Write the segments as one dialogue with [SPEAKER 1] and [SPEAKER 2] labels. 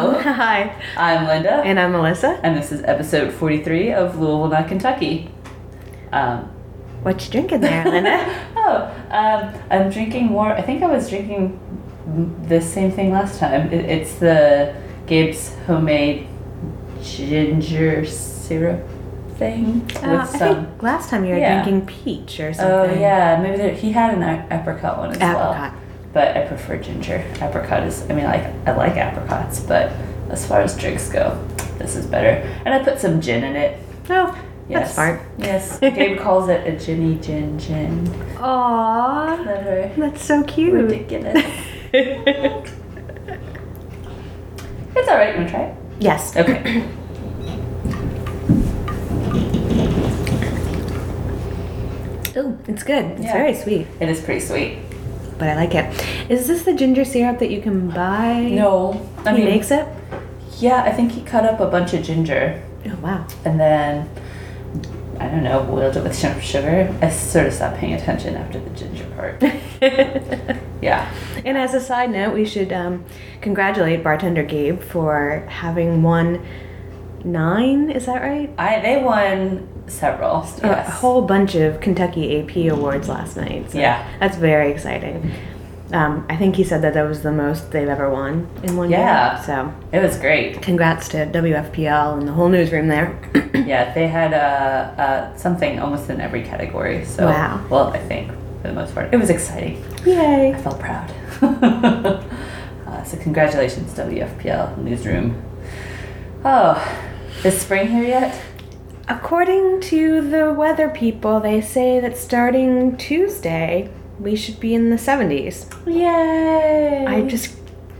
[SPEAKER 1] Hi.
[SPEAKER 2] I'm Linda,
[SPEAKER 1] And I'm Melissa.
[SPEAKER 2] and this is episode 43 of Louisville, Not Kentucky. Um,
[SPEAKER 1] What you drinking there, Linda?
[SPEAKER 2] oh, um, I'm drinking more. I think I was drinking the same thing last time. It, it's the Gibbs homemade ginger syrup thing with
[SPEAKER 1] Uh, I
[SPEAKER 2] some.
[SPEAKER 1] think last time you were
[SPEAKER 2] Yeah.
[SPEAKER 1] drinking peach or
[SPEAKER 2] Oh
[SPEAKER 1] something.
[SPEAKER 2] yeah, maybe there, he had an ap- apricot one as well.
[SPEAKER 1] Apricot.
[SPEAKER 2] But I prefer ginger. Apricot is, I mean, like I like apricots, but as far as drinks go, this is better. And I put some gin in it.
[SPEAKER 1] Oh,
[SPEAKER 2] Yes.
[SPEAKER 1] that's smart.
[SPEAKER 2] Yes. Gabe calls it a ginny gin gin.
[SPEAKER 1] Aww,
[SPEAKER 2] Clever.
[SPEAKER 1] that's so cute.
[SPEAKER 2] Ridiculous. It's all right. You wanna try it?
[SPEAKER 1] yes.
[SPEAKER 2] Okay.
[SPEAKER 1] Oh, it's good. It's
[SPEAKER 2] Yeah.
[SPEAKER 1] very sweet,
[SPEAKER 2] it is pretty sweet.
[SPEAKER 1] but I like it. Is this the ginger syrup that you can buy?
[SPEAKER 2] No, I
[SPEAKER 1] He
[SPEAKER 2] mean,
[SPEAKER 1] makes it?
[SPEAKER 2] yeah. I think he cut up a bunch of ginger
[SPEAKER 1] Oh, wow.
[SPEAKER 2] and then. I don't know, boiled it with some sugar. I sort of stopped paying attention after the ginger part.
[SPEAKER 1] and
[SPEAKER 2] Yeah.
[SPEAKER 1] as a side note, we should um, congratulate bartender Gabe for having won nine, is that right?
[SPEAKER 2] I they won several.
[SPEAKER 1] a
[SPEAKER 2] Yes.
[SPEAKER 1] whole bunch of Kentucky AP awards last night. So
[SPEAKER 2] Yeah.
[SPEAKER 1] that's very exciting. Um, I think he said that that was the most they've ever won in one
[SPEAKER 2] Yeah.
[SPEAKER 1] year. So
[SPEAKER 2] it was great.
[SPEAKER 1] congrats to WFPL and the whole newsroom there.
[SPEAKER 2] Yeah, they had uh, uh, something almost in every category. So
[SPEAKER 1] Wow.
[SPEAKER 2] well, I think for the most part, it was exciting.
[SPEAKER 1] Yay!
[SPEAKER 2] I felt proud. uh, so congratulations, WFPL newsroom. Oh, is spring here yet?
[SPEAKER 1] According to the weather people, they say that starting Tuesday we should be in the 70s.
[SPEAKER 2] Yay!
[SPEAKER 1] I just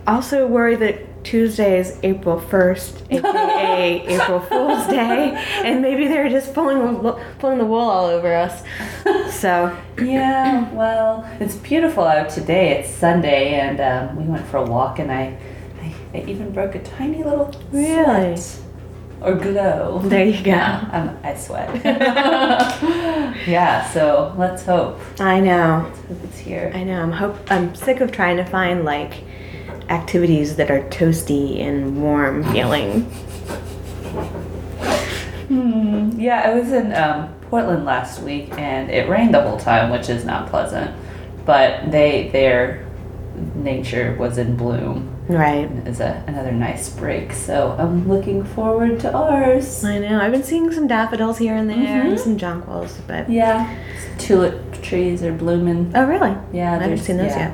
[SPEAKER 1] also worry that Tuesday is April 1st, aka April Fool's Day, and maybe they're just pulling the, lo- pulling the wool all over us. So,
[SPEAKER 2] Yeah, well, it's beautiful out today. It's Sunday, and um, we went for a walk, and I, I, I even broke a tiny little
[SPEAKER 1] Really?
[SPEAKER 2] sweat or glow.
[SPEAKER 1] There you go.
[SPEAKER 2] Yeah, I'm, Um, I sweat. yeah, so let's hope
[SPEAKER 1] I know,
[SPEAKER 2] it's here.
[SPEAKER 1] I know. I'm hope I'm sick of trying to find like activities that are toasty and warm feeling.
[SPEAKER 2] Hmm, yeah, I was in um, Portland last week, and it rained the whole time, which is not pleasant. But they their nature was in bloom.
[SPEAKER 1] Right.
[SPEAKER 2] Is a, another nice break, so I'm looking forward to ours.
[SPEAKER 1] I know. I've been seeing some daffodils here and there, and
[SPEAKER 2] Mhm.
[SPEAKER 1] some jonquils, but
[SPEAKER 2] Yeah, tulip trees are blooming.
[SPEAKER 1] oh really?
[SPEAKER 2] Yeah,
[SPEAKER 1] I haven't
[SPEAKER 2] there's-
[SPEAKER 1] seen those
[SPEAKER 2] yeah.
[SPEAKER 1] yet.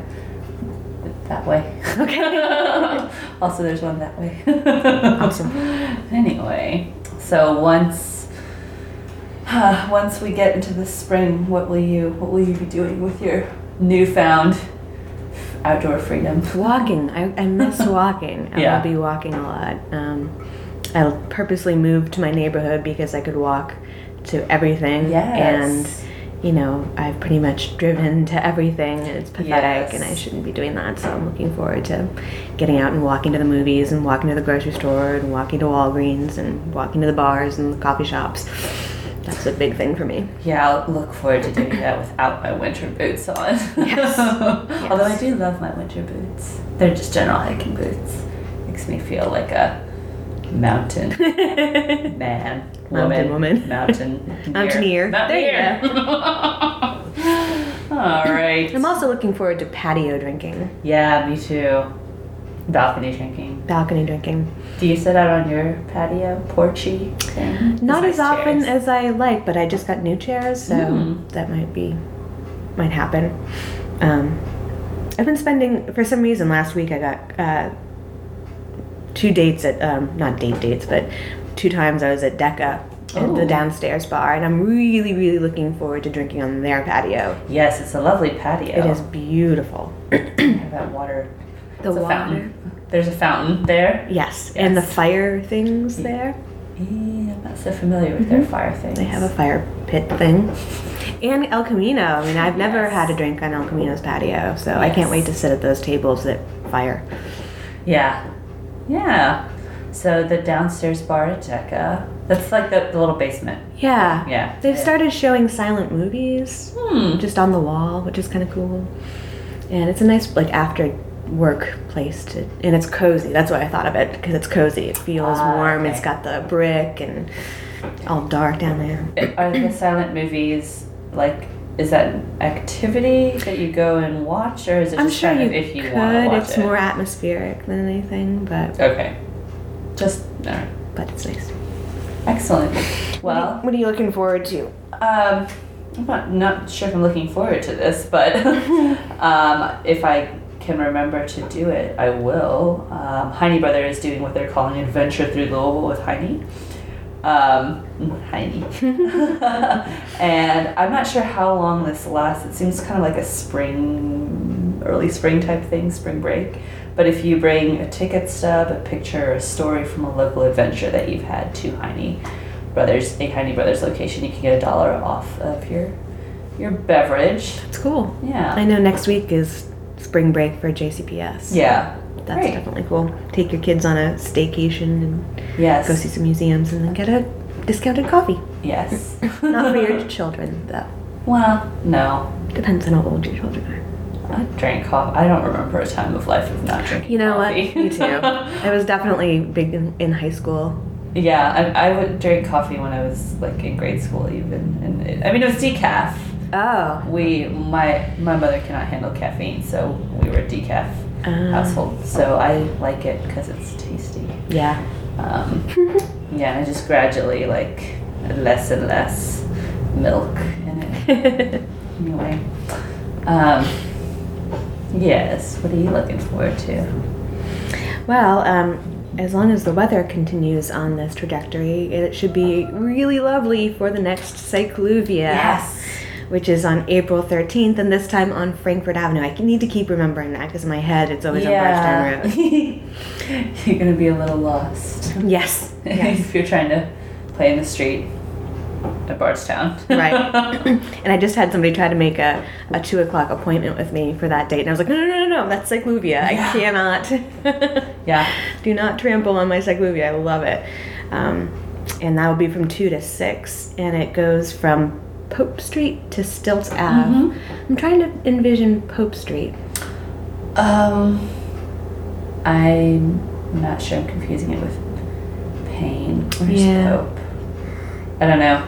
[SPEAKER 2] That way.
[SPEAKER 1] Okay.
[SPEAKER 2] also, there's one that way.
[SPEAKER 1] Awesome.
[SPEAKER 2] Anyway, so once once we get into the spring, what will you what will you be doing with your newfound outdoor freedom?
[SPEAKER 1] Walking. I, I miss walking. I
[SPEAKER 2] Yeah.
[SPEAKER 1] will be walking a lot. Um, I purposely moved to my neighborhood because I could walk to everything.
[SPEAKER 2] Yes.
[SPEAKER 1] And, you know, I've pretty much driven to everything and it's pathetic
[SPEAKER 2] Yes.
[SPEAKER 1] and I shouldn't be doing that. So I'm looking forward to getting out and walking to the movies and walking to the grocery store and walking to Walgreens and walking to the bars and the coffee shops. That's a big thing for me.
[SPEAKER 2] Yeah, I'll look forward to doing that without my winter boots on.
[SPEAKER 1] Yes.
[SPEAKER 2] Although I do love my winter boots. They're just general hiking boots. Makes me feel like a mountain man.
[SPEAKER 1] Mountain woman.
[SPEAKER 2] Mountain.
[SPEAKER 1] Mountaineer. There you
[SPEAKER 2] Mountaineer. All right.
[SPEAKER 1] I'm also looking forward to patio drinking,
[SPEAKER 2] Yeah, me too. Balcony drinking.
[SPEAKER 1] balcony drinking.
[SPEAKER 2] Do you sit out on your patio, porchy thing?
[SPEAKER 1] Not
[SPEAKER 2] Nice
[SPEAKER 1] as often
[SPEAKER 2] chairs.
[SPEAKER 1] as I like, but I just got new chairs, so
[SPEAKER 2] Mm.
[SPEAKER 1] that might be might happen. Um, I've been spending for some reason last week. I got uh, two dates at um, not date dates, but two times I was at Decca at the
[SPEAKER 2] Ooh.
[SPEAKER 1] downstairs bar, and I'm really really looking forward to drinking on their patio.
[SPEAKER 2] Yes, it's a lovely patio.
[SPEAKER 1] It is beautiful.
[SPEAKER 2] Have that water.
[SPEAKER 1] The
[SPEAKER 2] It's a
[SPEAKER 1] water.
[SPEAKER 2] fountain. There's a fountain there.
[SPEAKER 1] Yes. and the
[SPEAKER 2] Yes.
[SPEAKER 1] fire things there.
[SPEAKER 2] Eh, I'm not so familiar with their fire things.
[SPEAKER 1] Mm-hmm. They have a fire pit thing. And El Camino. I mean, I've never
[SPEAKER 2] Yes.
[SPEAKER 1] had a drink on El Camino's patio, so I can't
[SPEAKER 2] Yes.
[SPEAKER 1] wait to sit at those tables that fire.
[SPEAKER 2] Yeah. Yeah. So the downstairs bar at Decca. That's like the, the little basement.
[SPEAKER 1] Yeah.
[SPEAKER 2] Yeah.
[SPEAKER 1] They've started showing silent movies
[SPEAKER 2] Hmm.
[SPEAKER 1] just on the wall, which is kind of cool. And it's a nice, like, after workplace to, and it's cozy. That's why I thought of it because it's cozy. It feels
[SPEAKER 2] Ah,
[SPEAKER 1] warm.
[SPEAKER 2] okay.
[SPEAKER 1] It's got the brick and all dark down there.
[SPEAKER 2] Are the silent movies like? Is that an activity that you go and watch, or is it just
[SPEAKER 1] I'm sure
[SPEAKER 2] kind
[SPEAKER 1] you
[SPEAKER 2] of if you want to
[SPEAKER 1] could.
[SPEAKER 2] watch
[SPEAKER 1] It's
[SPEAKER 2] it?
[SPEAKER 1] more atmospheric than anything, but
[SPEAKER 2] Okay. Just all right.
[SPEAKER 1] but it's nice.
[SPEAKER 2] Excellent. Well,
[SPEAKER 1] what are you looking forward to?
[SPEAKER 2] um, I'm not, not sure if I'm looking forward to this, but um, if I can remember to do it, I will. Um, Heine Brother is doing what they're calling Adventure Through Louisville with Heine. Um, Heine. and I'm not sure how long this lasts. It seems kind of like a spring, early spring type thing, spring break. But if you bring a ticket stub, a picture, or a story from a local adventure that you've had to Heine Brothers, a Heine Brothers location, you can get a dollar off of your your beverage.
[SPEAKER 1] It's cool. I
[SPEAKER 2] Yeah.
[SPEAKER 1] know next week is spring break for JCPS.
[SPEAKER 2] Yeah.
[SPEAKER 1] That's
[SPEAKER 2] Great.
[SPEAKER 1] definitely cool. Take your kids on a staycation and
[SPEAKER 2] Yes.
[SPEAKER 1] go see some museums and then get a discounted coffee.
[SPEAKER 2] Yes.
[SPEAKER 1] Not for your children, though.
[SPEAKER 2] Well, no.
[SPEAKER 1] Depends on how old your children are.
[SPEAKER 2] I drank coffee. I don't remember a time of life of not drinking.
[SPEAKER 1] You know
[SPEAKER 2] coffee.
[SPEAKER 1] what? Me too. I was definitely big in, in high school.
[SPEAKER 2] yeah, I, I would drink coffee when I was like in grade school, even. And it, I mean, it was decaf.
[SPEAKER 1] Oh.
[SPEAKER 2] We my my mother cannot handle caffeine, so we were a decaf
[SPEAKER 1] Ah.
[SPEAKER 2] household. So I like it because it's tasty.
[SPEAKER 1] Yeah.
[SPEAKER 2] Um, yeah, and I just gradually like less and less milk in it. Anyway, um, yes. What are you looking forward to?
[SPEAKER 1] well, um, as long as the weather continues on this trajectory, it should be really lovely for the next cycluvia. Which is on April 13th, and this time on Frankfurt Avenue. I need to keep remembering that because in my head it's always on
[SPEAKER 2] Yeah.
[SPEAKER 1] Bridgetown Road.
[SPEAKER 2] You're gonna be a little lost
[SPEAKER 1] Yes.
[SPEAKER 2] if you're trying to play in the street at Bardstown.
[SPEAKER 1] Right. and I just had somebody try to make a, a two o'clock appointment with me for that date, and I was like, no, no, no, no, no that's cycluvia. I
[SPEAKER 2] Yeah.
[SPEAKER 1] cannot.
[SPEAKER 2] yeah.
[SPEAKER 1] Do not trample on my cycluvia. I love it. Um, and that will be from two to six, and it goes from Pope Street to Stilt Ave.
[SPEAKER 2] Mhm.
[SPEAKER 1] I'm trying to envision Pope Street.
[SPEAKER 2] Um, I'm not sure. I'm confusing it with pain. Where's
[SPEAKER 1] Yeah.
[SPEAKER 2] Pope? I don't know.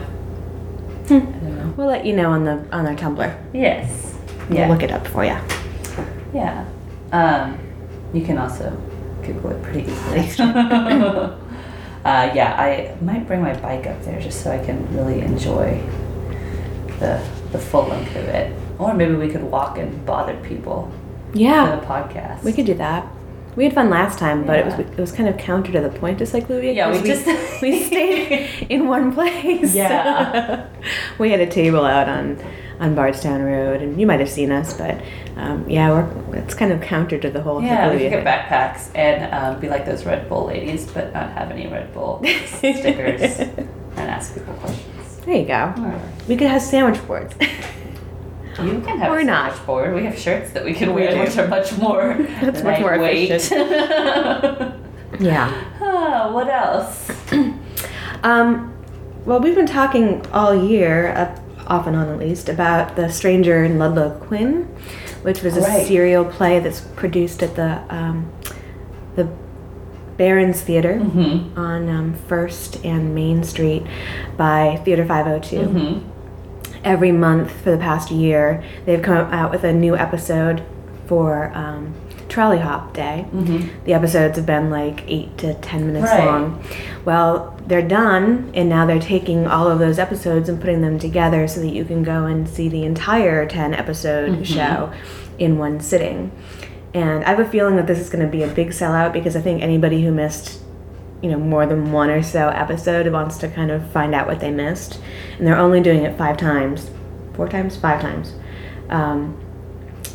[SPEAKER 1] Hmm.
[SPEAKER 2] I don't know.
[SPEAKER 1] We'll let you know on the on our Tumblr.
[SPEAKER 2] Yes.
[SPEAKER 1] We'll
[SPEAKER 2] Yeah.
[SPEAKER 1] look it up for you.
[SPEAKER 2] Yeah. Um, you can also Google it pretty easily.
[SPEAKER 1] That's true.
[SPEAKER 2] uh, yeah, I might bring my bike up there just so I can really enjoy the the full length of it. Or maybe we could walk and bother people
[SPEAKER 1] Yeah,
[SPEAKER 2] with a podcast.
[SPEAKER 1] we could do that. We had fun last time, but it was
[SPEAKER 2] Yeah.
[SPEAKER 1] it was kind of counter to the point of cycluvia.
[SPEAKER 2] Yeah, we
[SPEAKER 1] 'cause
[SPEAKER 2] just-
[SPEAKER 1] we stayed in one place.
[SPEAKER 2] Yeah.
[SPEAKER 1] we had a table out on on Bardstown Road, and you might have seen us, but um, yeah, we're it's kind of counter to the whole
[SPEAKER 2] yeah, we
[SPEAKER 1] cyclovia
[SPEAKER 2] could
[SPEAKER 1] thing.
[SPEAKER 2] get backpacks and um, be like those Red Bull ladies, but not have any Red Bull stickers and ask people questions.
[SPEAKER 1] There you go. We could have sandwich boards.
[SPEAKER 2] You can have
[SPEAKER 1] Or
[SPEAKER 2] a
[SPEAKER 1] not.
[SPEAKER 2] sandwich board. We have shirts that we can
[SPEAKER 1] We
[SPEAKER 2] wear,
[SPEAKER 1] do.
[SPEAKER 2] which are much more
[SPEAKER 1] That's much more
[SPEAKER 2] lightweight.
[SPEAKER 1] yeah.
[SPEAKER 2] Ah, what else?
[SPEAKER 1] Um, well, we've been talking all year, uh, off and on at least, about The Stranger in Ludlow Quinn, which was a
[SPEAKER 2] Right.
[SPEAKER 1] serial play that's produced at the um, the Barons Theater
[SPEAKER 2] Mm-hmm.
[SPEAKER 1] on um, First and Main Street by Theater 502
[SPEAKER 2] Mm-hmm.
[SPEAKER 1] every month for the past year, they've come out with a new episode for um, Trolley Hop Day. The episodes have been like eight to ten minutes
[SPEAKER 2] Mm-hmm. Right.
[SPEAKER 1] long. Well, they're done, and now they're taking all of those episodes and putting them together so that you can go and see the entire 10 episode
[SPEAKER 2] Mm-hmm.
[SPEAKER 1] show in one sitting. And I have a feeling that this is going to be a big sellout because I think anybody who missed you know more than one or so episode wants to kind of find out what they missed and they're only doing it five times four times five times um,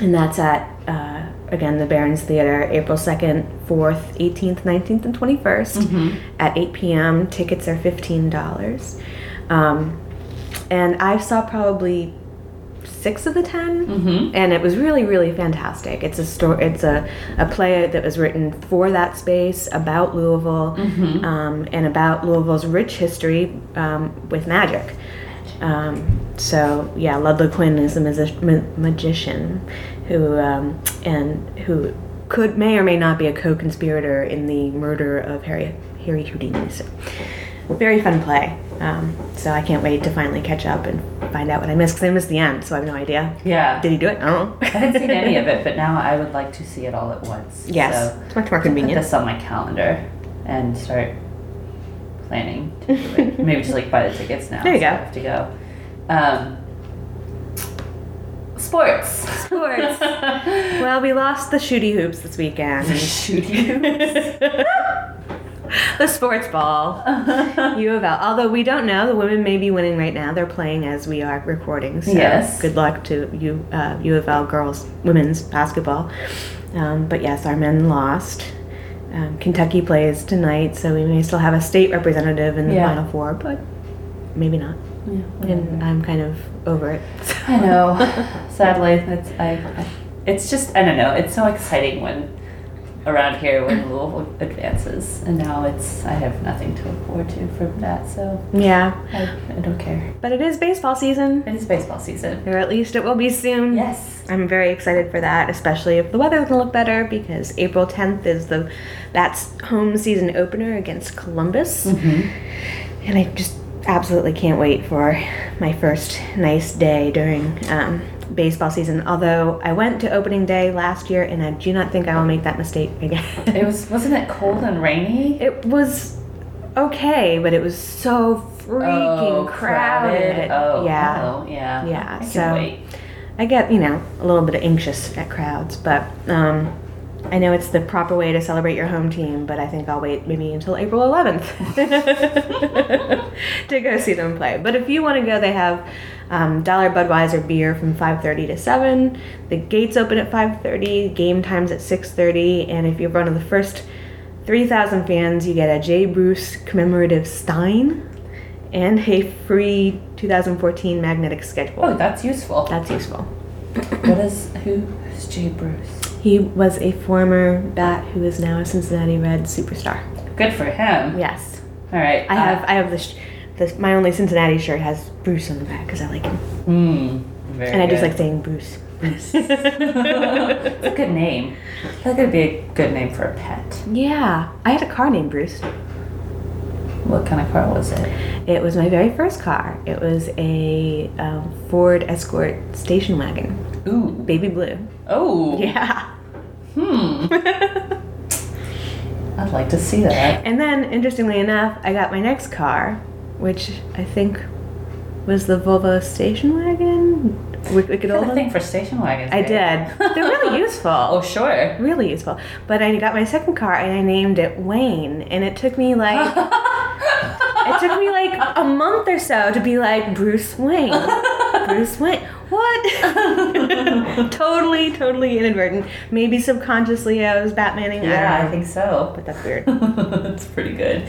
[SPEAKER 1] and that's at uh, again the barons theater april 2nd 4th 18th 19th and 21st at 8 p.m tickets are $15 um, and i saw probably six of the 10
[SPEAKER 2] Mm-hmm.
[SPEAKER 1] and it was really really fantastic it's a story it's a, a play that was written for that space about louisville um, and about louisville's rich history um, with magic um, so yeah ludlow quinn is a magi- ma- magician who um, and who could may or may not be a co-conspirator in the murder of Harry Harry Houdini. So, very fun play. Um, so I can't wait to finally catch up and find out what I missed because I missed the end, so I have no idea.
[SPEAKER 2] Yeah.
[SPEAKER 1] Did he do it? I don't know.
[SPEAKER 2] I haven't seen any of it, but now I would like to see it all at once.
[SPEAKER 1] Yes,
[SPEAKER 2] So
[SPEAKER 1] it's much more
[SPEAKER 2] I'll put
[SPEAKER 1] convenient.
[SPEAKER 2] this on my calendar and start planning to do it. Maybe just like buy the tickets now.
[SPEAKER 1] There you
[SPEAKER 2] so
[SPEAKER 1] go.
[SPEAKER 2] I have to go. Um, sports.
[SPEAKER 1] Sports. Well, we lost the shooty hoops this weekend.
[SPEAKER 2] Shoot you.
[SPEAKER 1] the sports ball. U of L. Although we don't know, the women may be winning right now. They're playing as we are recording. So
[SPEAKER 2] Yes.
[SPEAKER 1] Good luck to U, uh, U of L girls women's basketball. Um, but yes, our men lost. Um, Kentucky plays tonight, so we may still have a state representative in the
[SPEAKER 2] Yeah. Mm-hmm.
[SPEAKER 1] final four, but maybe not. And I'm kind of over it. so.
[SPEAKER 2] I know. Sadly, it's I, I. It's just I don't know. It's so exciting when around here when Louisville advances, and now it's I have nothing to look forward to from that. So
[SPEAKER 1] yeah,
[SPEAKER 2] I, I don't care.
[SPEAKER 1] but it is baseball season,
[SPEAKER 2] It is baseball season.
[SPEAKER 1] or at least it will be soon.
[SPEAKER 2] Yes.
[SPEAKER 1] I'm very excited for that, especially if the weather can look better because April 10th is the that's home season opener against Columbus,
[SPEAKER 2] Mm.
[SPEAKER 1] and I just absolutely can't wait for my first nice day during um, baseball season. Although I went to opening day last year, and I do not think I will make that mistake again.
[SPEAKER 2] It was wasn't it cold and rainy?
[SPEAKER 1] it was okay, but it was so freaking
[SPEAKER 2] Oh,
[SPEAKER 1] crowded.
[SPEAKER 2] Oh
[SPEAKER 1] yeah.
[SPEAKER 2] hello, yeah.
[SPEAKER 1] Yeah,
[SPEAKER 2] I can
[SPEAKER 1] so-
[SPEAKER 2] wait.
[SPEAKER 1] I get, you know, a little bit anxious at crowds, but um, I know it's the proper way to celebrate your home team, but I think I'll wait maybe until April 11th to go see them play. But if you want to go, they have um, Dollar Budweiser beer from 5.30 to 7. The gates open at 5.30, game time's at 6.30, and if you're one of the first 3,000 fans, you get a J. Bruce commemorative stein and a free 2014 magnetic schedule.
[SPEAKER 2] Oh, that's useful.
[SPEAKER 1] That's useful.
[SPEAKER 2] What is who? Who's Jay Bruce?
[SPEAKER 1] He was a former bat who is now a Cincinnati Reds superstar.
[SPEAKER 2] Good for him.
[SPEAKER 1] Yes,
[SPEAKER 2] All right.
[SPEAKER 1] I have. I have this. this my only Cincinnati shirt has Bruce on the back because I like him,
[SPEAKER 2] Mm, very
[SPEAKER 1] and I just
[SPEAKER 2] good.
[SPEAKER 1] like saying Bruce.
[SPEAKER 2] it's a good name. That could be a good name for a pet.
[SPEAKER 1] yeah, I had a car named Bruce.
[SPEAKER 2] What kind of car was it?
[SPEAKER 1] It was my very first car. It was a um, Ford Escort station wagon,
[SPEAKER 2] Ooh.
[SPEAKER 1] baby blue.
[SPEAKER 2] Oh.
[SPEAKER 1] Yeah.
[SPEAKER 2] Hmm. I'd like to see that.
[SPEAKER 1] And then, interestingly enough, I got my next car, which I think was the Volvo station wagon. Wick- Wicked
[SPEAKER 2] Got
[SPEAKER 1] old
[SPEAKER 2] a
[SPEAKER 1] one.
[SPEAKER 2] thing for station wagons.
[SPEAKER 1] I
[SPEAKER 2] babe.
[SPEAKER 1] did. They're really
[SPEAKER 2] Oh
[SPEAKER 1] useful.
[SPEAKER 2] sure.
[SPEAKER 1] Really useful. But I got my second car and I named it Wayne, and it took me like it took me like a month or so to be like Bruce Wayne. Bruce Wayne. What? totally, totally inadvertent. Maybe subconsciously I was Batmaning. I
[SPEAKER 2] Yeah,
[SPEAKER 1] don't
[SPEAKER 2] I
[SPEAKER 1] know,
[SPEAKER 2] think so.
[SPEAKER 1] but that's weird.
[SPEAKER 2] That's pretty good.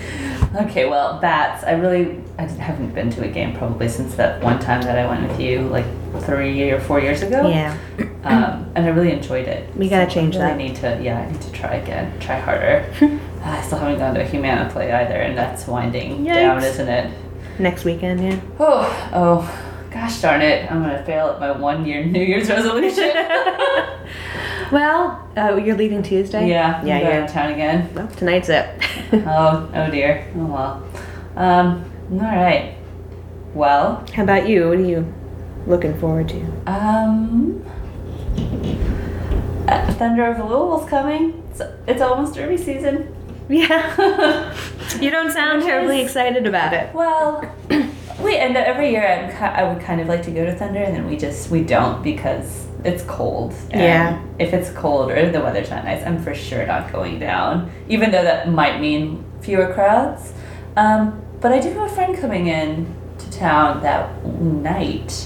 [SPEAKER 2] Okay, well, bats. I really I haven't been to a game probably since that one time that I went with you, like three or four years ago.
[SPEAKER 1] Yeah.
[SPEAKER 2] um, and I really enjoyed it.
[SPEAKER 1] We gotta change
[SPEAKER 2] I really
[SPEAKER 1] that.
[SPEAKER 2] need to, yeah, I need to try again, try harder. Uh, I still haven't gone to a Humana play either, and that's winding down,
[SPEAKER 1] Yikes.
[SPEAKER 2] isn't it?
[SPEAKER 1] Next weekend, yeah.
[SPEAKER 2] Oh, oh, gosh darn it! I'm gonna fail at my one year New Year's resolution.
[SPEAKER 1] Well, uh, you're leaving Tuesday?
[SPEAKER 2] yeah,
[SPEAKER 1] Yeah,
[SPEAKER 2] I'm going
[SPEAKER 1] yeah.
[SPEAKER 2] to town again.
[SPEAKER 1] Well, tonight's it.
[SPEAKER 2] Oh, oh dear. Oh well. Um, all right. Well,
[SPEAKER 1] How about you? What are you looking forward to?
[SPEAKER 2] Um, uh, Thunder of Louisville's coming. It's, it's almost derby season.
[SPEAKER 1] Yeah. you don't sound terribly
[SPEAKER 2] Yes.
[SPEAKER 1] excited about it.
[SPEAKER 2] Well, we end up every year. I'm, ki- I would kind of like to go to Thunder, and then we just we don't because it's cold. And
[SPEAKER 1] Yeah.
[SPEAKER 2] If it's cold or the weather's not nice, I'm for sure not going down. Even though that might mean fewer crowds. Um, but I do have a friend coming in to town that night.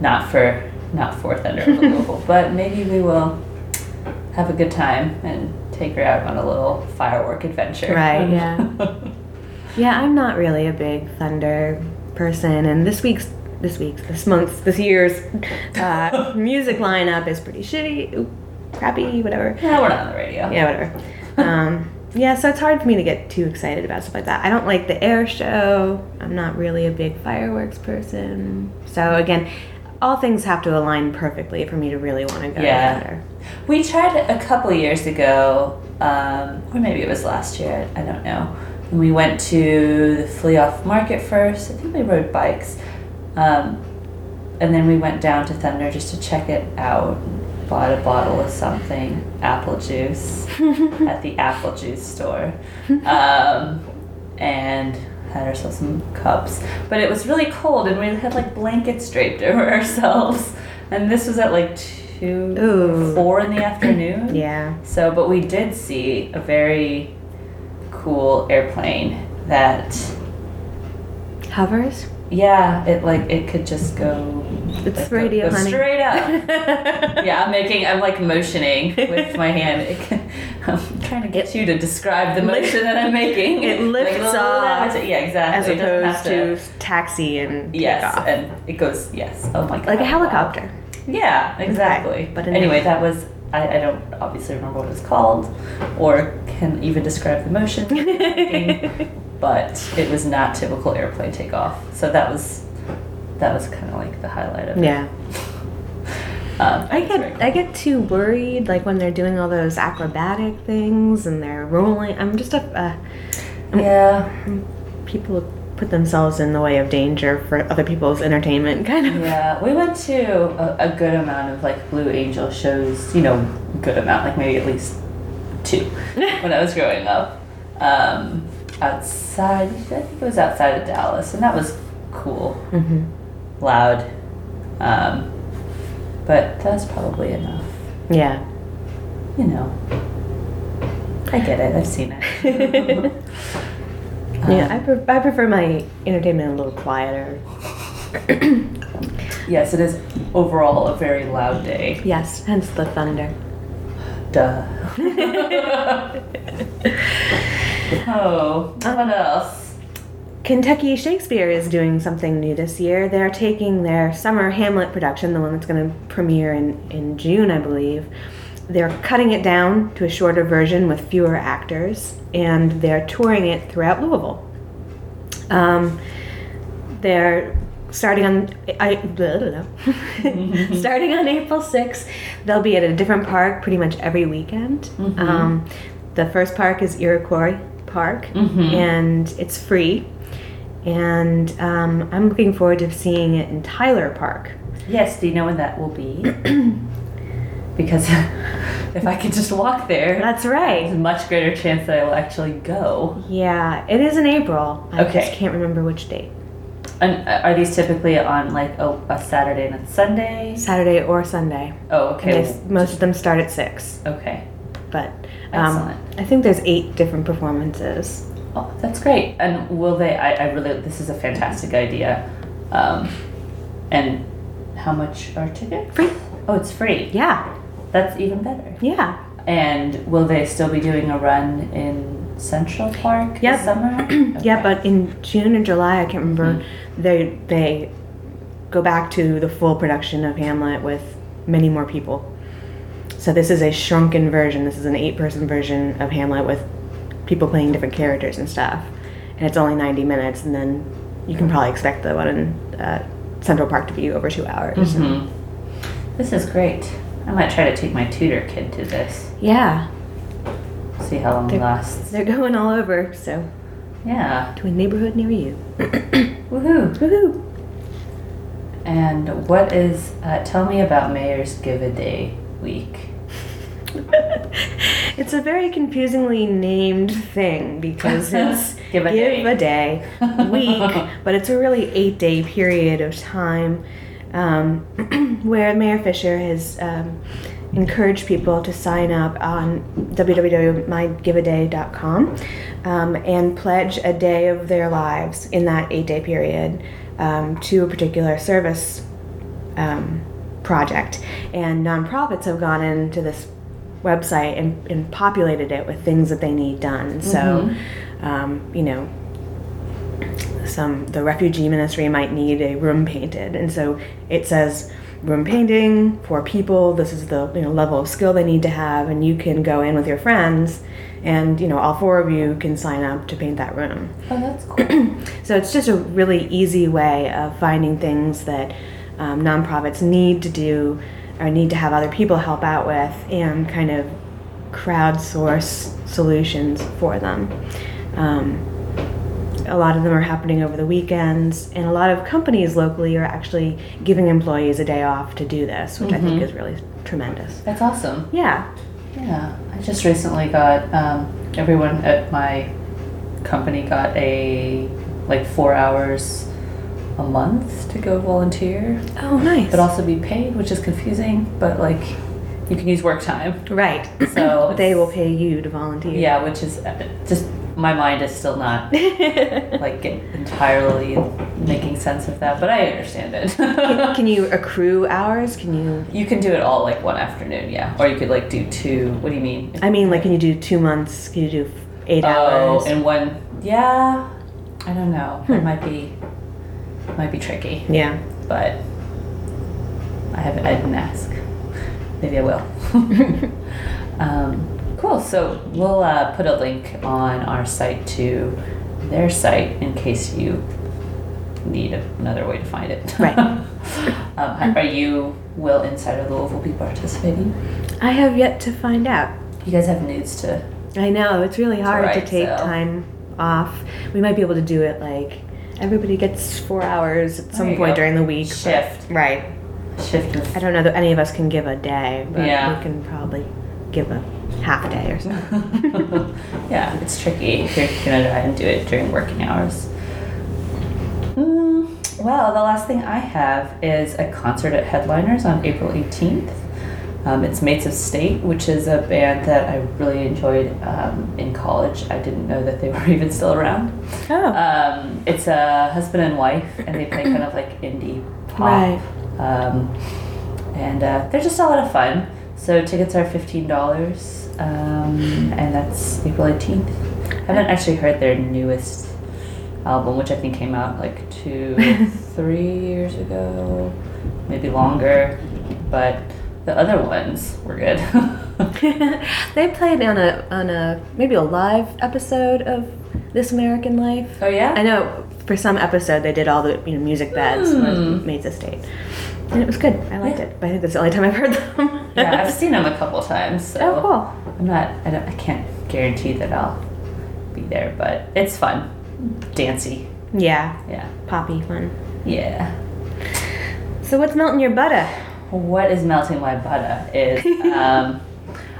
[SPEAKER 2] Not for not for Thunder of Louisville, but maybe we will have a good time and take her out on a little firework adventure.
[SPEAKER 1] Right, yeah. Yeah, I'm not really a big thunder person, and this week's, this week's, this month's, this year's uh, music lineup is pretty shitty, oop, crappy, whatever.
[SPEAKER 2] yeah, we're not on the radio.
[SPEAKER 1] Yeah, whatever. Um, yeah, so it's hard for me to get too excited about stuff like that. I don't like the air show. I'm not really a big fireworks person. So again, all things have to align perfectly for me to really want to go
[SPEAKER 2] Yeah.
[SPEAKER 1] there.
[SPEAKER 2] We tried a couple years ago, um, or maybe it was last year, I don't know. And we went to the flea off market first. I think we rode bikes. Um, and then we went down to Thunder just to check it out. Bought a bottle of something, apple juice, at the apple juice store. Um, and had ourselves some cups. But it was really cold and we had like blankets draped over ourselves. And this was at like two
[SPEAKER 1] Ooh.
[SPEAKER 2] four in the afternoon.
[SPEAKER 1] Yeah.
[SPEAKER 2] So, but we did see a very cool airplane that,
[SPEAKER 1] Hovers?
[SPEAKER 2] yeah, it like it could just go.
[SPEAKER 1] It's
[SPEAKER 2] like,
[SPEAKER 1] radio,
[SPEAKER 2] go
[SPEAKER 1] honey.
[SPEAKER 2] Straight up.
[SPEAKER 1] yeah.
[SPEAKER 2] yeah, I'm making. I'm like motioning with my hand. It can, I'm trying to get you to describe the
[SPEAKER 1] Lift-
[SPEAKER 2] motion that I'm making.
[SPEAKER 1] it lifts
[SPEAKER 2] Like, Yeah,
[SPEAKER 1] off As
[SPEAKER 2] exactly. It doesn't have
[SPEAKER 1] opposed to taxi and
[SPEAKER 2] Yes,
[SPEAKER 1] takeoff.
[SPEAKER 2] and it goes. Yes. Oh my god.
[SPEAKER 1] Like a
[SPEAKER 2] wow.
[SPEAKER 1] helicopter.
[SPEAKER 2] Yeah, exactly.
[SPEAKER 1] but
[SPEAKER 2] But
[SPEAKER 1] in-
[SPEAKER 2] anyway, that was I, I don't obviously remember what it's called, or can even describe the motion. but it was not typical airplane takeoff, so that was that was kind of like the highlight of it.
[SPEAKER 1] Yeah.
[SPEAKER 2] Um,
[SPEAKER 1] I
[SPEAKER 2] it's very
[SPEAKER 1] get
[SPEAKER 2] cool.
[SPEAKER 1] I get too worried like when they're doing all those acrobatic things and they're rolling. I'm just a uh,
[SPEAKER 2] yeah,
[SPEAKER 1] people put themselves in the way of danger for other people's entertainment kind of.
[SPEAKER 2] yeah. We went to a, a good amount of like Blue Angel shows. You know, good amount, like maybe at least two when I was growing up. Um, outside, I think it was outside of Dallas, and that was cool.
[SPEAKER 1] hmm
[SPEAKER 2] loud. Um, but that's probably enough.
[SPEAKER 1] Yeah.
[SPEAKER 2] You know, I get it. I've seen it. Um,
[SPEAKER 1] yeah, I, pre- I prefer my entertainment a little quieter.
[SPEAKER 2] yes, it is overall a very loud day.
[SPEAKER 1] Yes, hence the thunder.
[SPEAKER 2] Duh. oh, what else?
[SPEAKER 1] Kentucky Shakespeare is doing something new this year. They're taking their summer Hamlet production, the one that's going to premiere in, in June, I believe. They're cutting it down to a shorter version with fewer actors, and they're touring it throughout Louisville. Um, they're starting on I, blah, blah,
[SPEAKER 2] Mm-hmm.
[SPEAKER 1] blah. starting on April 6th. They'll be at a different park pretty much every weekend.
[SPEAKER 2] Mm-hmm.
[SPEAKER 1] Um, the first park is Iroquois Park,
[SPEAKER 2] Mm-hmm.
[SPEAKER 1] and it's free. And um, I'm looking forward to seeing it in Tyler Park.
[SPEAKER 2] Yes, do you know when that will be? because if I could just walk there,
[SPEAKER 1] That's
[SPEAKER 2] there's a
[SPEAKER 1] right.
[SPEAKER 2] much greater chance that I will actually go.
[SPEAKER 1] Yeah, it is in April. I just
[SPEAKER 2] Okay.
[SPEAKER 1] can't remember which date.
[SPEAKER 2] And uh, are these typically on like a, a Saturday and a Sunday?
[SPEAKER 1] Saturday or Sunday.
[SPEAKER 2] Oh,
[SPEAKER 1] And
[SPEAKER 2] okay.
[SPEAKER 1] they, most of them start at 6.
[SPEAKER 2] Okay.
[SPEAKER 1] But um,
[SPEAKER 2] Excellent.
[SPEAKER 1] I think there's eight different performances.
[SPEAKER 2] Oh, that's great. And will they? I, I really. This is a fantastic idea. Um, and how much are tickets?
[SPEAKER 1] Free.
[SPEAKER 2] Oh, it's free.
[SPEAKER 1] Yeah,
[SPEAKER 2] That's even better.
[SPEAKER 1] yeah.
[SPEAKER 2] And will they still be doing a run in Central Park
[SPEAKER 1] Yep.
[SPEAKER 2] this summer?
[SPEAKER 1] Yeah,
[SPEAKER 2] Okay.
[SPEAKER 1] but in June and July, I can't remember, they they go back to the full production of Hamlet with many more people. So this is a shrunken version. This is an eight-person version of Hamlet with people playing different characters and stuff, and it's only ninety minutes. And then you can probably expect the one in uh, Central Park to be over two hours.
[SPEAKER 2] Mhm. This is great. I might try to take my tutor kid to this.
[SPEAKER 1] Yeah,
[SPEAKER 2] See how long it
[SPEAKER 1] They're-
[SPEAKER 2] lasts.
[SPEAKER 1] they're going all over. So
[SPEAKER 2] Yeah.
[SPEAKER 1] to a neighborhood near you.
[SPEAKER 2] Woohoo.
[SPEAKER 1] Woohoo!
[SPEAKER 2] And what is, uh, tell me about Mayor's Give a Day week.
[SPEAKER 1] it's a very confusingly named thing because it's
[SPEAKER 2] Give a day.
[SPEAKER 1] day, week, but it's a really eight day period of time um, where Mayor Fisher has um, encouraged people to sign up on www.mygiveaday.com um, and pledge a day of their lives in that eight day period um, to a particular service um, project. And nonprofits have gone into this website and, and populated it with things that they need done. So, um, you know, some the refugee ministry might need a room painted, and so it says room painting for people. This is the you know level of skill they need to have, and you can go in with your friends, and you know all four of you can sign up to paint that room.
[SPEAKER 2] Oh, that's cool.
[SPEAKER 1] So it's just a really easy way of finding things that um, nonprofits need to do or need to have other people help out with and kind of crowdsource solutions for them. Um, a lot of them are happening over the weekends, and a lot of companies locally are actually giving employees a day off to do this, which I think is really tremendous.
[SPEAKER 2] That's awesome.
[SPEAKER 1] Yeah.
[SPEAKER 2] Yeah, I just recently got um, everyone at my company got a like four hours a month to go volunteer,
[SPEAKER 1] Oh, nice.
[SPEAKER 2] but also be paid, which is confusing. But like, you can use work time,
[SPEAKER 1] right.
[SPEAKER 2] so
[SPEAKER 1] They will pay you to volunteer.
[SPEAKER 2] Yeah, which is uh, just my mind is still not like entirely making sense of that, but I understand it.
[SPEAKER 1] can, can you accrue hours? Can you?
[SPEAKER 2] you can do it all like one afternoon, yeah, or you could like do two. What do you mean?
[SPEAKER 1] I mean, like, can you do two months? Can you do f- eight
[SPEAKER 2] Oh,
[SPEAKER 1] hours? Hmm.
[SPEAKER 2] and one. Yeah, I don't know. It might be, might be tricky,
[SPEAKER 1] yeah.
[SPEAKER 2] but I haven't. I didn't ask. Maybe I will. um, cool. So we'll uh, put a link on our site to their site in case you need a- another way to find it.
[SPEAKER 1] Right.
[SPEAKER 2] um, how- are you? Will Insider Louisville be participating?
[SPEAKER 1] I have yet to find out.
[SPEAKER 2] You guys have news to.
[SPEAKER 1] I know it's really hard
[SPEAKER 2] alright,
[SPEAKER 1] to take
[SPEAKER 2] so-
[SPEAKER 1] time off. We might be able to do it like everybody gets four hours at some
[SPEAKER 2] you
[SPEAKER 1] point
[SPEAKER 2] go.
[SPEAKER 1] during the week. but-
[SPEAKER 2] Shift.
[SPEAKER 1] Right.
[SPEAKER 2] Shift and
[SPEAKER 1] I don't know that any of us can give a day, but
[SPEAKER 2] Yeah.
[SPEAKER 1] we can probably give a half day or something.
[SPEAKER 2] yeah, it's tricky if you're gonna try and do it during working hours. Mm, well, the last thing I have is a concert at Headliners on April 18th. Um, it's Mates of State, which is a band that I really enjoyed um, in college. I didn't know that they were even still around.
[SPEAKER 1] Oh.
[SPEAKER 2] Um, it's a husband and wife, and they play kind of like indie pop.
[SPEAKER 1] Right.
[SPEAKER 2] Um, and uh, they're just a lot of fun. So tickets are fifteen dollars, um, and that's April eighteenth. Haven't actually heard their newest album, which I think came out like two, three years ago, maybe longer. But the other ones were good.
[SPEAKER 1] they played on a on a maybe a live episode of This American Life.
[SPEAKER 2] oh yeah.
[SPEAKER 1] I know for some episode they did all the you know music beds
[SPEAKER 2] Hmm.
[SPEAKER 1] with Maids of State, and it was good. I liked
[SPEAKER 2] Yeah.
[SPEAKER 1] it, but I think that's the only time I've heard them.
[SPEAKER 2] yeah, I've seen them a couple times. So.
[SPEAKER 1] oh, cool.
[SPEAKER 2] I'm not. I don't. I can't guarantee that I'll be there, but it's fun, dancy.
[SPEAKER 1] Yeah,
[SPEAKER 2] Yeah.
[SPEAKER 1] poppy fun.
[SPEAKER 2] Yeah.
[SPEAKER 1] So what's melting your butter?
[SPEAKER 2] What is melting my butter is. Um,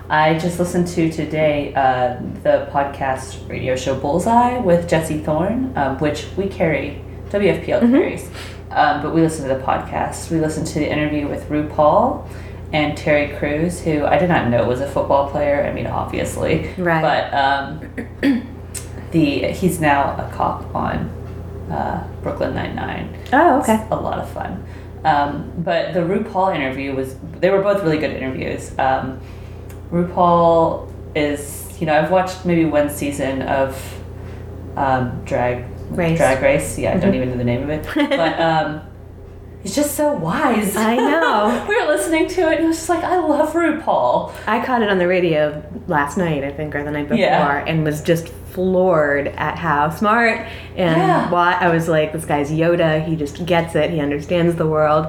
[SPEAKER 2] I just listened to today uh, the podcast radio show Bullseye with Jesse Thorne, um, which we carry, WFPL carries, um, but we listen to the podcast. We listened to the interview with RuPaul and Terry Crews, who I did not know was a football player. I mean, obviously,
[SPEAKER 1] Right.
[SPEAKER 2] But um, the he's now a cop on uh, Brooklyn Nine Nine.
[SPEAKER 1] Oh, okay.
[SPEAKER 2] It's a lot of fun. Um, but the RuPaul interview was, they were both really good interviews. Um, RuPaul is, you know, I've watched maybe one season of um, Drag
[SPEAKER 1] Race. Mm-hmm.
[SPEAKER 2] Drag Race. Yeah, I don't even know the name of it. But um, he's just so wise.
[SPEAKER 1] I know.
[SPEAKER 2] we were listening to it and I was just like, I love RuPaul.
[SPEAKER 1] I caught it on the radio last night, I think, or the night before,
[SPEAKER 2] Yeah.
[SPEAKER 1] and was just floored at how smart and
[SPEAKER 2] Yeah.
[SPEAKER 1] why I was like, this guy's Yoda. He just gets it. He understands the world.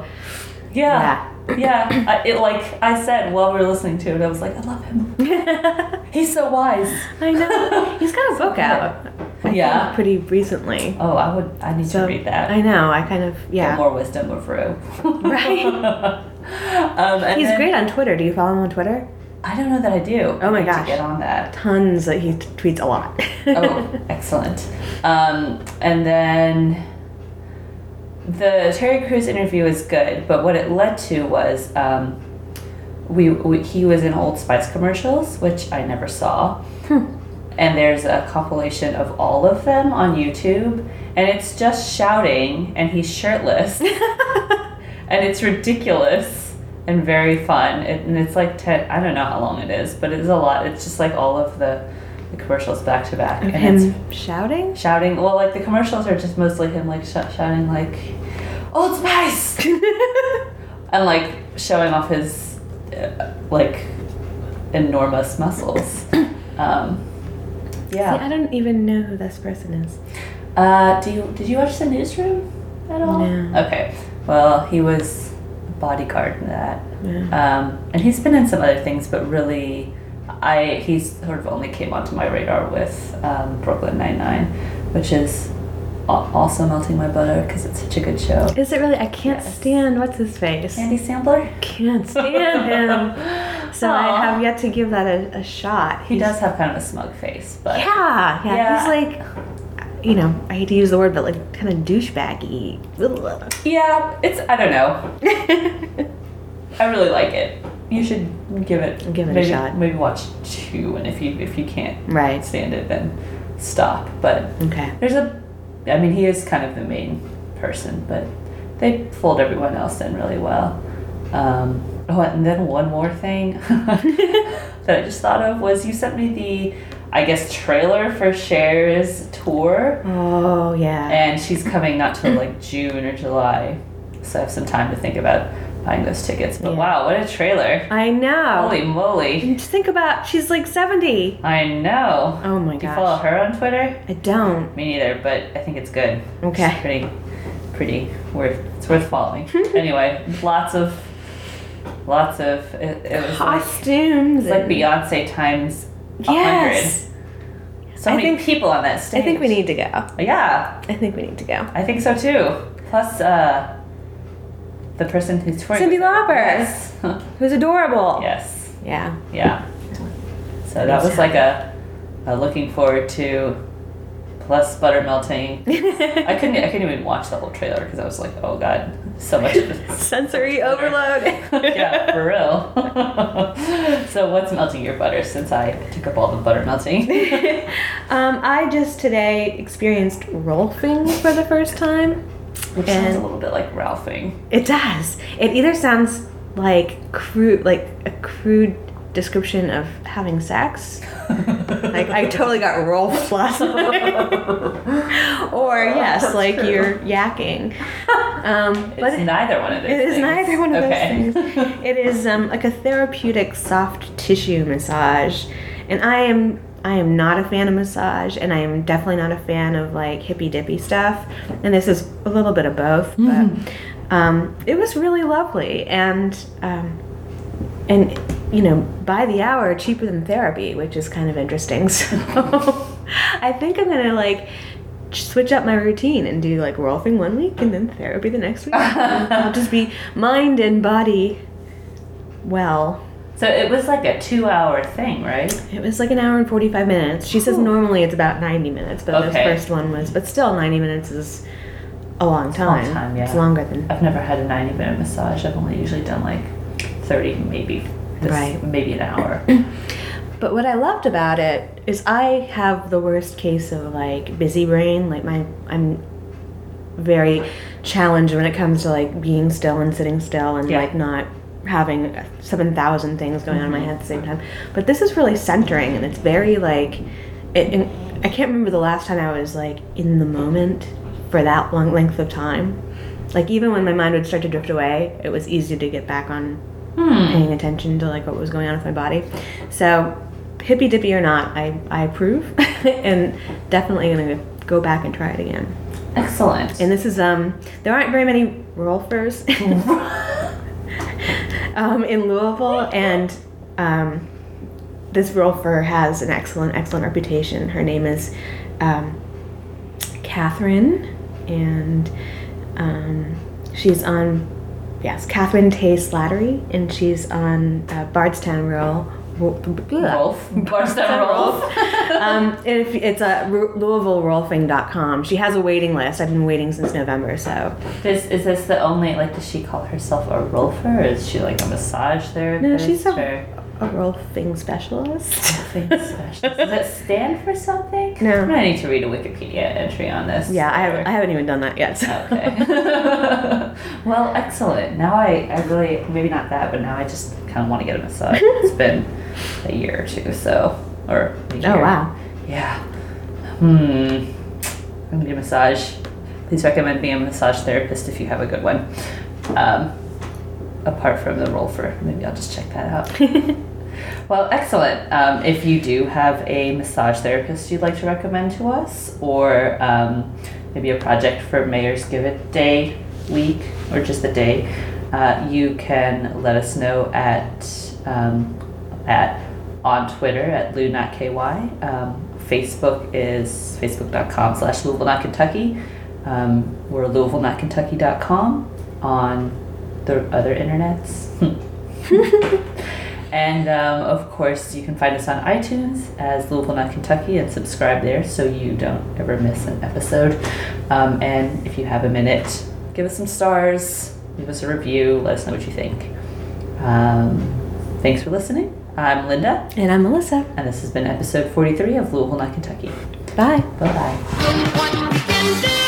[SPEAKER 2] Yeah. Yeah. I, it, like I said while we were listening to it, I was like, I love him.
[SPEAKER 1] I
[SPEAKER 2] He's so wise.
[SPEAKER 1] know. He's got a book out. I
[SPEAKER 2] Yeah.
[SPEAKER 1] Think, pretty recently.
[SPEAKER 2] Oh, I would, I need to
[SPEAKER 1] So,
[SPEAKER 2] read that.
[SPEAKER 1] I know. I kind of
[SPEAKER 2] yeah.
[SPEAKER 1] yeah.
[SPEAKER 2] more wisdom of Rue.
[SPEAKER 1] Right.
[SPEAKER 2] um, and
[SPEAKER 1] He's
[SPEAKER 2] then-
[SPEAKER 1] great on Twitter. Do you follow him on Twitter?
[SPEAKER 2] I don't know that I do.
[SPEAKER 1] Oh my
[SPEAKER 2] I need
[SPEAKER 1] gosh.
[SPEAKER 2] To get on that.
[SPEAKER 1] Tons. That he t- tweets a lot.
[SPEAKER 2] Oh, excellent. Um, and then the Terry Crews interview was good, but what it led to was um, we, we he was in Old Spice commercials, which I never saw.
[SPEAKER 1] Hmm.
[SPEAKER 2] And there's a compilation of all of them on YouTube, and it's just shouting, and he's shirtless. and it's ridiculous and very fun. It, and it's like ten. I don't know how long it is, but it's a lot. It's just like all of the, the commercials back to back, and it's
[SPEAKER 1] Him shouting.
[SPEAKER 2] shouting. Well, like the commercials are just mostly him like sh- shouting like, "Old Spice," and like showing off his uh, like enormous muscles. Um,
[SPEAKER 1] See,
[SPEAKER 2] yeah.
[SPEAKER 1] I don't even know who this person is.
[SPEAKER 2] Uh, do you did you watch the newsroom at all?
[SPEAKER 1] No.
[SPEAKER 2] Okay. Well, he was a bodyguard in that.
[SPEAKER 1] Yeah.
[SPEAKER 2] Um, and he's been in some other things, but really, I he's sort of only came onto my radar with um, Brooklyn Nine Nine, which is al- also melting my butter because it's such a good show.
[SPEAKER 1] Is it really? I can't
[SPEAKER 2] Yes.
[SPEAKER 1] stand what's his face.
[SPEAKER 2] Andy Sandler.
[SPEAKER 1] Can't stand him. So
[SPEAKER 2] Aw.
[SPEAKER 1] I have yet to give that a, a shot.
[SPEAKER 2] He does have kind of a smug face, but
[SPEAKER 1] Yeah, yeah.
[SPEAKER 2] Yeah.
[SPEAKER 1] He's like, you know, I hate to use the word, but like kind of douchebaggy. Ugh.
[SPEAKER 2] yeah, it's I don't know. I really like it. You should give it
[SPEAKER 1] Give it a
[SPEAKER 2] maybe,
[SPEAKER 1] shot.
[SPEAKER 2] Maybe watch two, and if you if you can't
[SPEAKER 1] right.
[SPEAKER 2] stand it, then stop. But
[SPEAKER 1] Okay.
[SPEAKER 2] There's a, I mean, he is kind of the main person, but they fold everyone else in really well. Um, oh, and then one more thing that I just thought of was you sent me the, I guess, trailer for Cher's tour,
[SPEAKER 1] Oh yeah.
[SPEAKER 2] and she's coming not till like June or July, so I have some time to think about buying those tickets. But
[SPEAKER 1] Yeah.
[SPEAKER 2] wow, what a trailer!
[SPEAKER 1] I know.
[SPEAKER 2] Holy moly!
[SPEAKER 1] Just think about she's like seventy.
[SPEAKER 2] I know.
[SPEAKER 1] Oh my
[SPEAKER 2] Do you follow
[SPEAKER 1] gosh.
[SPEAKER 2] her on Twitter?
[SPEAKER 1] I don't.
[SPEAKER 2] Me neither, but I think it's good.
[SPEAKER 1] Okay.
[SPEAKER 2] It's pretty, pretty worth. It's worth following. anyway, lots of, lots of. It, it was like,
[SPEAKER 1] Costumes.
[SPEAKER 2] it's like
[SPEAKER 1] and-
[SPEAKER 2] Beyonce times a
[SPEAKER 1] Yes.
[SPEAKER 2] hundred. So
[SPEAKER 1] I
[SPEAKER 2] many
[SPEAKER 1] think-
[SPEAKER 2] people on that stage.
[SPEAKER 1] I think we need to go.
[SPEAKER 2] Yeah,
[SPEAKER 1] I think we need to go.
[SPEAKER 2] I think so too. Plus, uh, the person who's touring.
[SPEAKER 1] Cyndi
[SPEAKER 2] with her.
[SPEAKER 1] Lauper.
[SPEAKER 2] Yes.
[SPEAKER 1] Who's adorable.
[SPEAKER 2] yes.
[SPEAKER 1] Yeah.
[SPEAKER 2] Yeah. So that was like a, a looking forward to, plus butter melting. I couldn't. I couldn't even watch the whole trailer because I was like, "Oh God, so much."
[SPEAKER 1] Sensory overload.
[SPEAKER 2] yeah, for real. so what's melting your butter? Since I took up all the butter melting.
[SPEAKER 1] um, I just today experienced rolfing for the first time.
[SPEAKER 2] Which sounds a
[SPEAKER 1] And-
[SPEAKER 2] little bit like Ralphing.
[SPEAKER 1] It does. It either sounds like crude, like a crude description of having sex. Like I totally got rolfed last night. or yes, like you're yakking. Um,
[SPEAKER 2] It's
[SPEAKER 1] but it-
[SPEAKER 2] neither one of those.
[SPEAKER 1] it is
[SPEAKER 2] things.
[SPEAKER 1] neither one of
[SPEAKER 2] okay.
[SPEAKER 1] those things. It is um, like a therapeutic soft tissue massage, and I am I am not a fan of massage, and I am definitely not a fan of like hippy dippy stuff. And this is a little bit of both, but
[SPEAKER 2] Mm-hmm.
[SPEAKER 1] um, it was really lovely, and um, and you know by the hour cheaper than therapy, which is kind of interesting. So I think I'm gonna like. Switch up my routine and do like rolfing one week and then therapy the next week. I'll just be mind and body well.
[SPEAKER 2] so it was like a two-hour thing, right?
[SPEAKER 1] It was like an hour and 45 minutes. She says
[SPEAKER 2] Cool.
[SPEAKER 1] normally it's about 90 minutes, but this
[SPEAKER 2] Okay.
[SPEAKER 1] first one was, but still 90 minutes is a long
[SPEAKER 2] a long
[SPEAKER 1] time.
[SPEAKER 2] time, yeah.
[SPEAKER 1] It's longer than.
[SPEAKER 2] I've never had a 90 minute massage. I've only usually done like 30, maybe. This,
[SPEAKER 1] Right.
[SPEAKER 2] Maybe an hour.
[SPEAKER 1] But what I loved about it is I have the worst case of like busy brain. Like my, I'm very challenged when it comes to like being still and sitting still and
[SPEAKER 2] Yeah.
[SPEAKER 1] like not having 7,000 things going on in my head at the same time. But this is really centering and it's very like, it, and I can't remember the last time I was like in the moment for that long length of time. Like even when my mind would start to drift away, it was easy to get back on
[SPEAKER 2] Hmm.
[SPEAKER 1] paying attention to like what was going on with my body. So hippy dippy or not, I, I approve and definitely gonna go back and try it again.
[SPEAKER 2] Excellent.
[SPEAKER 1] And this is um there aren't very many rolfers um, in Louisville and um, this rolfer has an excellent, excellent reputation. Her name is um, Catherine and um, she's on yes, Catherine Tay Slattery and she's on uh, Bardstown Roll.
[SPEAKER 2] Rolf. Barstow Rolf.
[SPEAKER 1] um, if it's a LouisvilleRolfing.com. She has a waiting list. I've been waiting since November, so
[SPEAKER 2] This is this the only like does she call herself a rolfer? Or is she like a massage
[SPEAKER 1] no,
[SPEAKER 2] therapist?
[SPEAKER 1] she's
[SPEAKER 2] or
[SPEAKER 1] a, a rolfing specialist.
[SPEAKER 2] thing specialist? Does it stand for something?
[SPEAKER 1] No.
[SPEAKER 2] I'm gonna need to read a Wikipedia entry on this.
[SPEAKER 1] Yeah, I haven't, I
[SPEAKER 2] Or-
[SPEAKER 1] haven't even done that yet. so.
[SPEAKER 2] Okay. well, excellent. Now I, I really maybe not that, but now I just kind of want to get a massage. it's been a year or two, so or a year.
[SPEAKER 1] oh wow.
[SPEAKER 2] Yeah. Hmm. I'm gonna get a massage. Please recommend being a massage therapist if you have a good one. Um, apart from the roll for, maybe I'll just check that out. well, excellent. Um, if you do have a massage therapist you'd like to recommend to us, or um, maybe a project for Mayor's Give It Day week or just the day, uh, you can let us know at um, at on Twitter at LouNotKY. Um, Facebook is facebook.com slash Louisville Not Kentucky. Um, we're LouisvilleNotKentucky.com on the other internets. And um, of course, you can find us on iTunes as Louisville Not Kentucky and subscribe there so you don't ever miss an episode. Um, and if you have a minute, give us some stars, leave us a review, let us know what you think. Um, thanks for listening. I'm Linda,
[SPEAKER 1] And I'm Melissa.
[SPEAKER 2] and this has been episode 43 of Louisville Not Kentucky.
[SPEAKER 1] Bye.
[SPEAKER 2] Bye bye.
[SPEAKER 3] What we can do.